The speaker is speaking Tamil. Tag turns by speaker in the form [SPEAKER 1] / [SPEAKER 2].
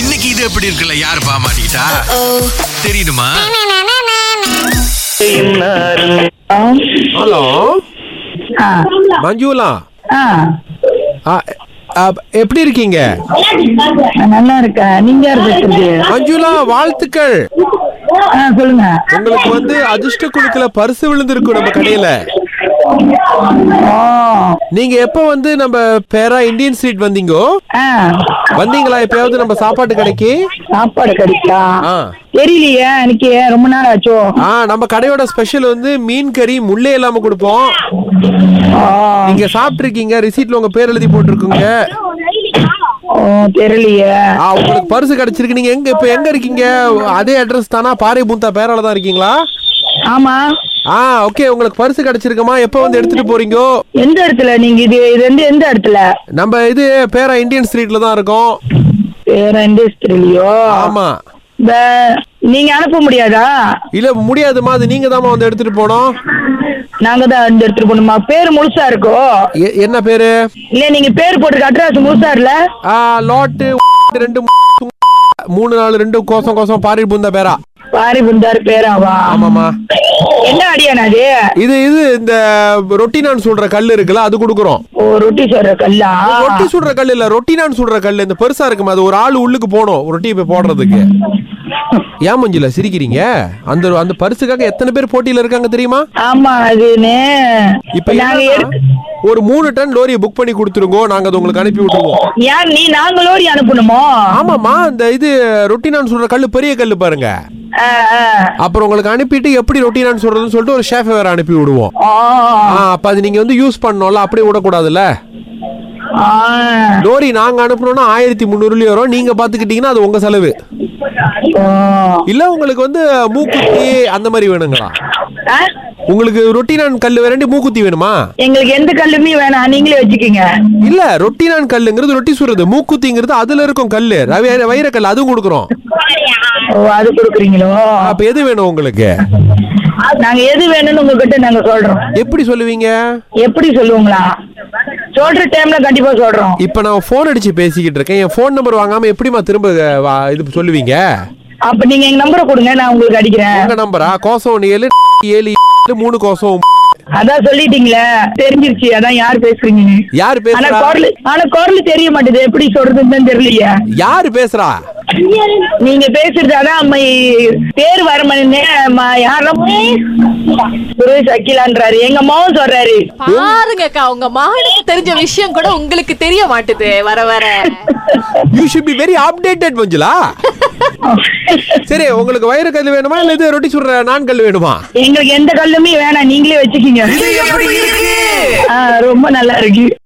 [SPEAKER 1] இன்னைக்கு இது எப்படி இருக்குல்ல யாரு பாமாட்டா தெரியுமா
[SPEAKER 2] హలో மஞ்சுளா
[SPEAKER 3] ஆ
[SPEAKER 2] ஆ, ஆ, எப்படி இருக்கீங்க
[SPEAKER 3] நான் நல்லா இருக்கேன் நீங்க யார் பேசுறது
[SPEAKER 2] மஞ்சுளா வாழ்த்துக்கள்
[SPEAKER 3] ஆ சொல்லுங்க
[SPEAKER 2] உங்களுக்கு வந்து அதிர்ஷ்ட குழுக்கள பரிசு விழுந்திருக்கும் நம்ம கடையில
[SPEAKER 3] ஓ
[SPEAKER 2] நீங்க எப்ப வந்து நம்ம பேரா இந்தியன் ஸ்ட்ரீட் வந்தீங்கோ
[SPEAKER 3] ஆ
[SPEAKER 2] வந்தீங்களா எப்பயாவது நம்ம சாப்பாட்டு கடைக்கு
[SPEAKER 3] சாப்பாடு கிடைக்கா
[SPEAKER 2] ஆ.
[SPEAKER 3] தெரியலையே எனக்கு ரொம்ப நாள் ஆச்சோ
[SPEAKER 2] ஆ நம்ம கடையோட ஸ்பெஷல் வந்து மீன் கறி முள்ளே இல்லாம கொடுப்போம்
[SPEAKER 3] ஆ.
[SPEAKER 2] நீங்க சாப்பிட்டிருக்கீங்க ரிசீட்ல உங்க பேர் எழுதி போட்டிருக்குங்க
[SPEAKER 3] ஓ தெரியலையே
[SPEAKER 2] ஆ உங்களுக்கு பரிசு கிடைச்சிருக்கு நீங்க எங்க இப்ப எங்க இருக்கீங்க அதே அட்ரஸ் தானா பாறை பூந்தா பேரால தான் இருக்கீங்களா
[SPEAKER 3] ஆமா
[SPEAKER 2] ஆ ஓகே உங்களுக்கு பரிசு கிடைச்சிருக்குமா எப்போ வந்து எடுத்துட்டு போறீங்கோ
[SPEAKER 3] எந்த இடத்துல நீங்க இது இது வந்து எந்த இடத்துல
[SPEAKER 2] நம்ம இது பேரா இந்தியன் ஸ்ட்ரீட்ல தான் இருக்கோம்
[SPEAKER 3] வேற இண்டஸ்ட்ரியிலயோ
[SPEAKER 2] ஆமா
[SPEAKER 3] இந்த நீங்க அனுப்ப முடியாதா
[SPEAKER 2] இல்ல முடியாதுமா அது நீங்க வந்து எடுத்துட்டு போனோம்
[SPEAKER 3] நாங்க தான் இந்த இடத்துல போகணுமா பேர் முழுசா இருக்கோ
[SPEAKER 2] எ- என்ன பேரு
[SPEAKER 3] இல்ல நீங்க பேர் போட்டிருக்க அட்ரஸ் முழுசா இல்ல
[SPEAKER 2] ஆ லாட்டு ரெண்டு மூணு நாலு ரெண்டு கோசம் கோசம் பாரி பூந்தா பேரா
[SPEAKER 3] பாரி புந்தார் பேராவா
[SPEAKER 2] ஆமாமா
[SPEAKER 3] என்ன அடியானா அது
[SPEAKER 2] இது இது இந்த ரொட்டினான்னு சொல்ற கல் இருக்குல்ல அது கொடுக்குறோம்
[SPEAKER 3] ஓ ரொட்டி சொல்ற கல்லா
[SPEAKER 2] ரொட்டி சுடுற கல் இல்ல ரொட்டினான்னு சுடுற கல் இந்த பெருசா இருக்குமே அது ஒரு ஆள் உள்ளுக்கு போனோம் ரொட்டியை போய் போடுறதுக்கு ஏன் மஞ்சுளா சிரிக்கிறீங்க அந்த அந்த பரிசுக்காக எத்தனை பேர் போட்டியில இருக்காங்க தெரியுமா
[SPEAKER 3] ஆமா அதுன்னு
[SPEAKER 2] இப்ப
[SPEAKER 3] நாங்க
[SPEAKER 2] என்னன்னா,
[SPEAKER 3] எடுத்து
[SPEAKER 2] ஒரு மூணு டன் லோரியை புக் பண்ணி கொடுத்துருங்க நாங்க அது உங்களுக்கு அனுப்பி விட்டுருவோம்
[SPEAKER 3] ஏன் நீ நாங்க லோரி அனுப்பணுமோ
[SPEAKER 2] ஆமாமா இந்த இது ரொட்டினான்னு சொல்ற கல்லு பெரிய கல்லு பாருங்க
[SPEAKER 3] ஆ, ஆ.
[SPEAKER 2] அப்புறம் உங்களுக்கு அனுப்பிட்டு எப்படி ரொட்டினான்னு சொல்றதுன்னு சொல்லிட்டு ஒரு ஷேஃப் வேற அனுப்பி விடுவோம்
[SPEAKER 3] ஆ,
[SPEAKER 2] ஆ, அப்ப அது நீங்க வந்து யூஸ் பண்ணோம்ல அப்படியே விடக்கூடாதுல்ல
[SPEAKER 3] ஆ.
[SPEAKER 2] லோரி நாங்க அனுப்பணும்னா ஆயிரத்தி முந்நூறுலயே வரும் நீங்க பாத்துக்கிட்டீங்கன்னா அது உங்க செலவு
[SPEAKER 3] ஓ.
[SPEAKER 2] இல்ல உங்களுக்கு வந்து மூக்குத்தி அந்த மாதிரி வேணுங்களா
[SPEAKER 3] ஆ?
[SPEAKER 2] உங்களுக்கு ரொட்டினான் கல்லு வேண்டி மூக்குத்தி வேணுமா
[SPEAKER 3] எங்களுக்கு எந்த கல்லுமே வேணாம் நீங்களே வச்சுக்கோங்க
[SPEAKER 2] இல்ல ரொட்டினான் கல்லுங்கிறது ரொட்டி சுடுறது மூக்குத்திங்கிறது அதுல இருக்கும் கல்லு ரவி வைரக்கல் அதுவும் கொடுக்குறோம்
[SPEAKER 3] ஓ அது கொடுக்குறீங்களோ
[SPEAKER 2] அப்ப எது வேணும் உங்களுக்கு
[SPEAKER 3] நாங்க எது வேணும்னு உங்ககிட்ட நாங்க சொல்றோம்
[SPEAKER 2] எப்படி சொல்லுவீங்க
[SPEAKER 3] எப்படி சொல்லுவீங்களா சொல்ற டைம்ல கண்டிப்பா சொல்றோம்
[SPEAKER 2] இப்ப நான் போன் அடிச்சு பேசிக்கிட்டு இருக்கேன் என் போன் நம்பர் வாங்காம எப்படிமா திரும்ப அஹ், வா- இது சொல்லுவீங்க
[SPEAKER 3] அப்ப நீங்க எங்க நம்பரை கொடுங்க நான் உங்களுக்கு அடிக்கிறேன்
[SPEAKER 2] உங்க நம்பரா கோசம் ஒண்ணு ஏழு ஏழு ஏழு, மூணு கோசம்
[SPEAKER 3] அதான் சொல்லிட்டீங்களே தெரிஞ்சிருச்சு அதான் யார் பேசுறீங்க
[SPEAKER 2] யாரு
[SPEAKER 3] ஆனா
[SPEAKER 2] பேசுறா
[SPEAKER 3] குரல் ஆனா குரல் தெரிய மாட்டேது எப்படி சொல்றதுன்னு தெரியலையே
[SPEAKER 2] யாரு பேசுறா
[SPEAKER 3] நீங்க பேசுறது அதான் அம்மா பேர் வரமனே யாரும் சுரேஷ் அகிலான்றாரு எங்க அம்மாவும் சொல்றாரு
[SPEAKER 4] பாருங்கக்கா உங்க மகனுக்கு தெரிஞ்ச விஷயம் கூட உங்களுக்கு தெரிய மாட்டுது வர வர
[SPEAKER 2] you should be very updated Manjula சரி உங்களுக்கு வயிறு கல் வேணுமா இல்ல இது ரொட்டி சுடுற நான் கல் வேணுமா
[SPEAKER 3] எங்களுக்கு எந்த கல்லுமே வேணாம் நீங்களே வச்சுக்கீங்க
[SPEAKER 1] எப்படி இருக்கு
[SPEAKER 3] ஆ, ரொம்ப நல்லா இருக்கு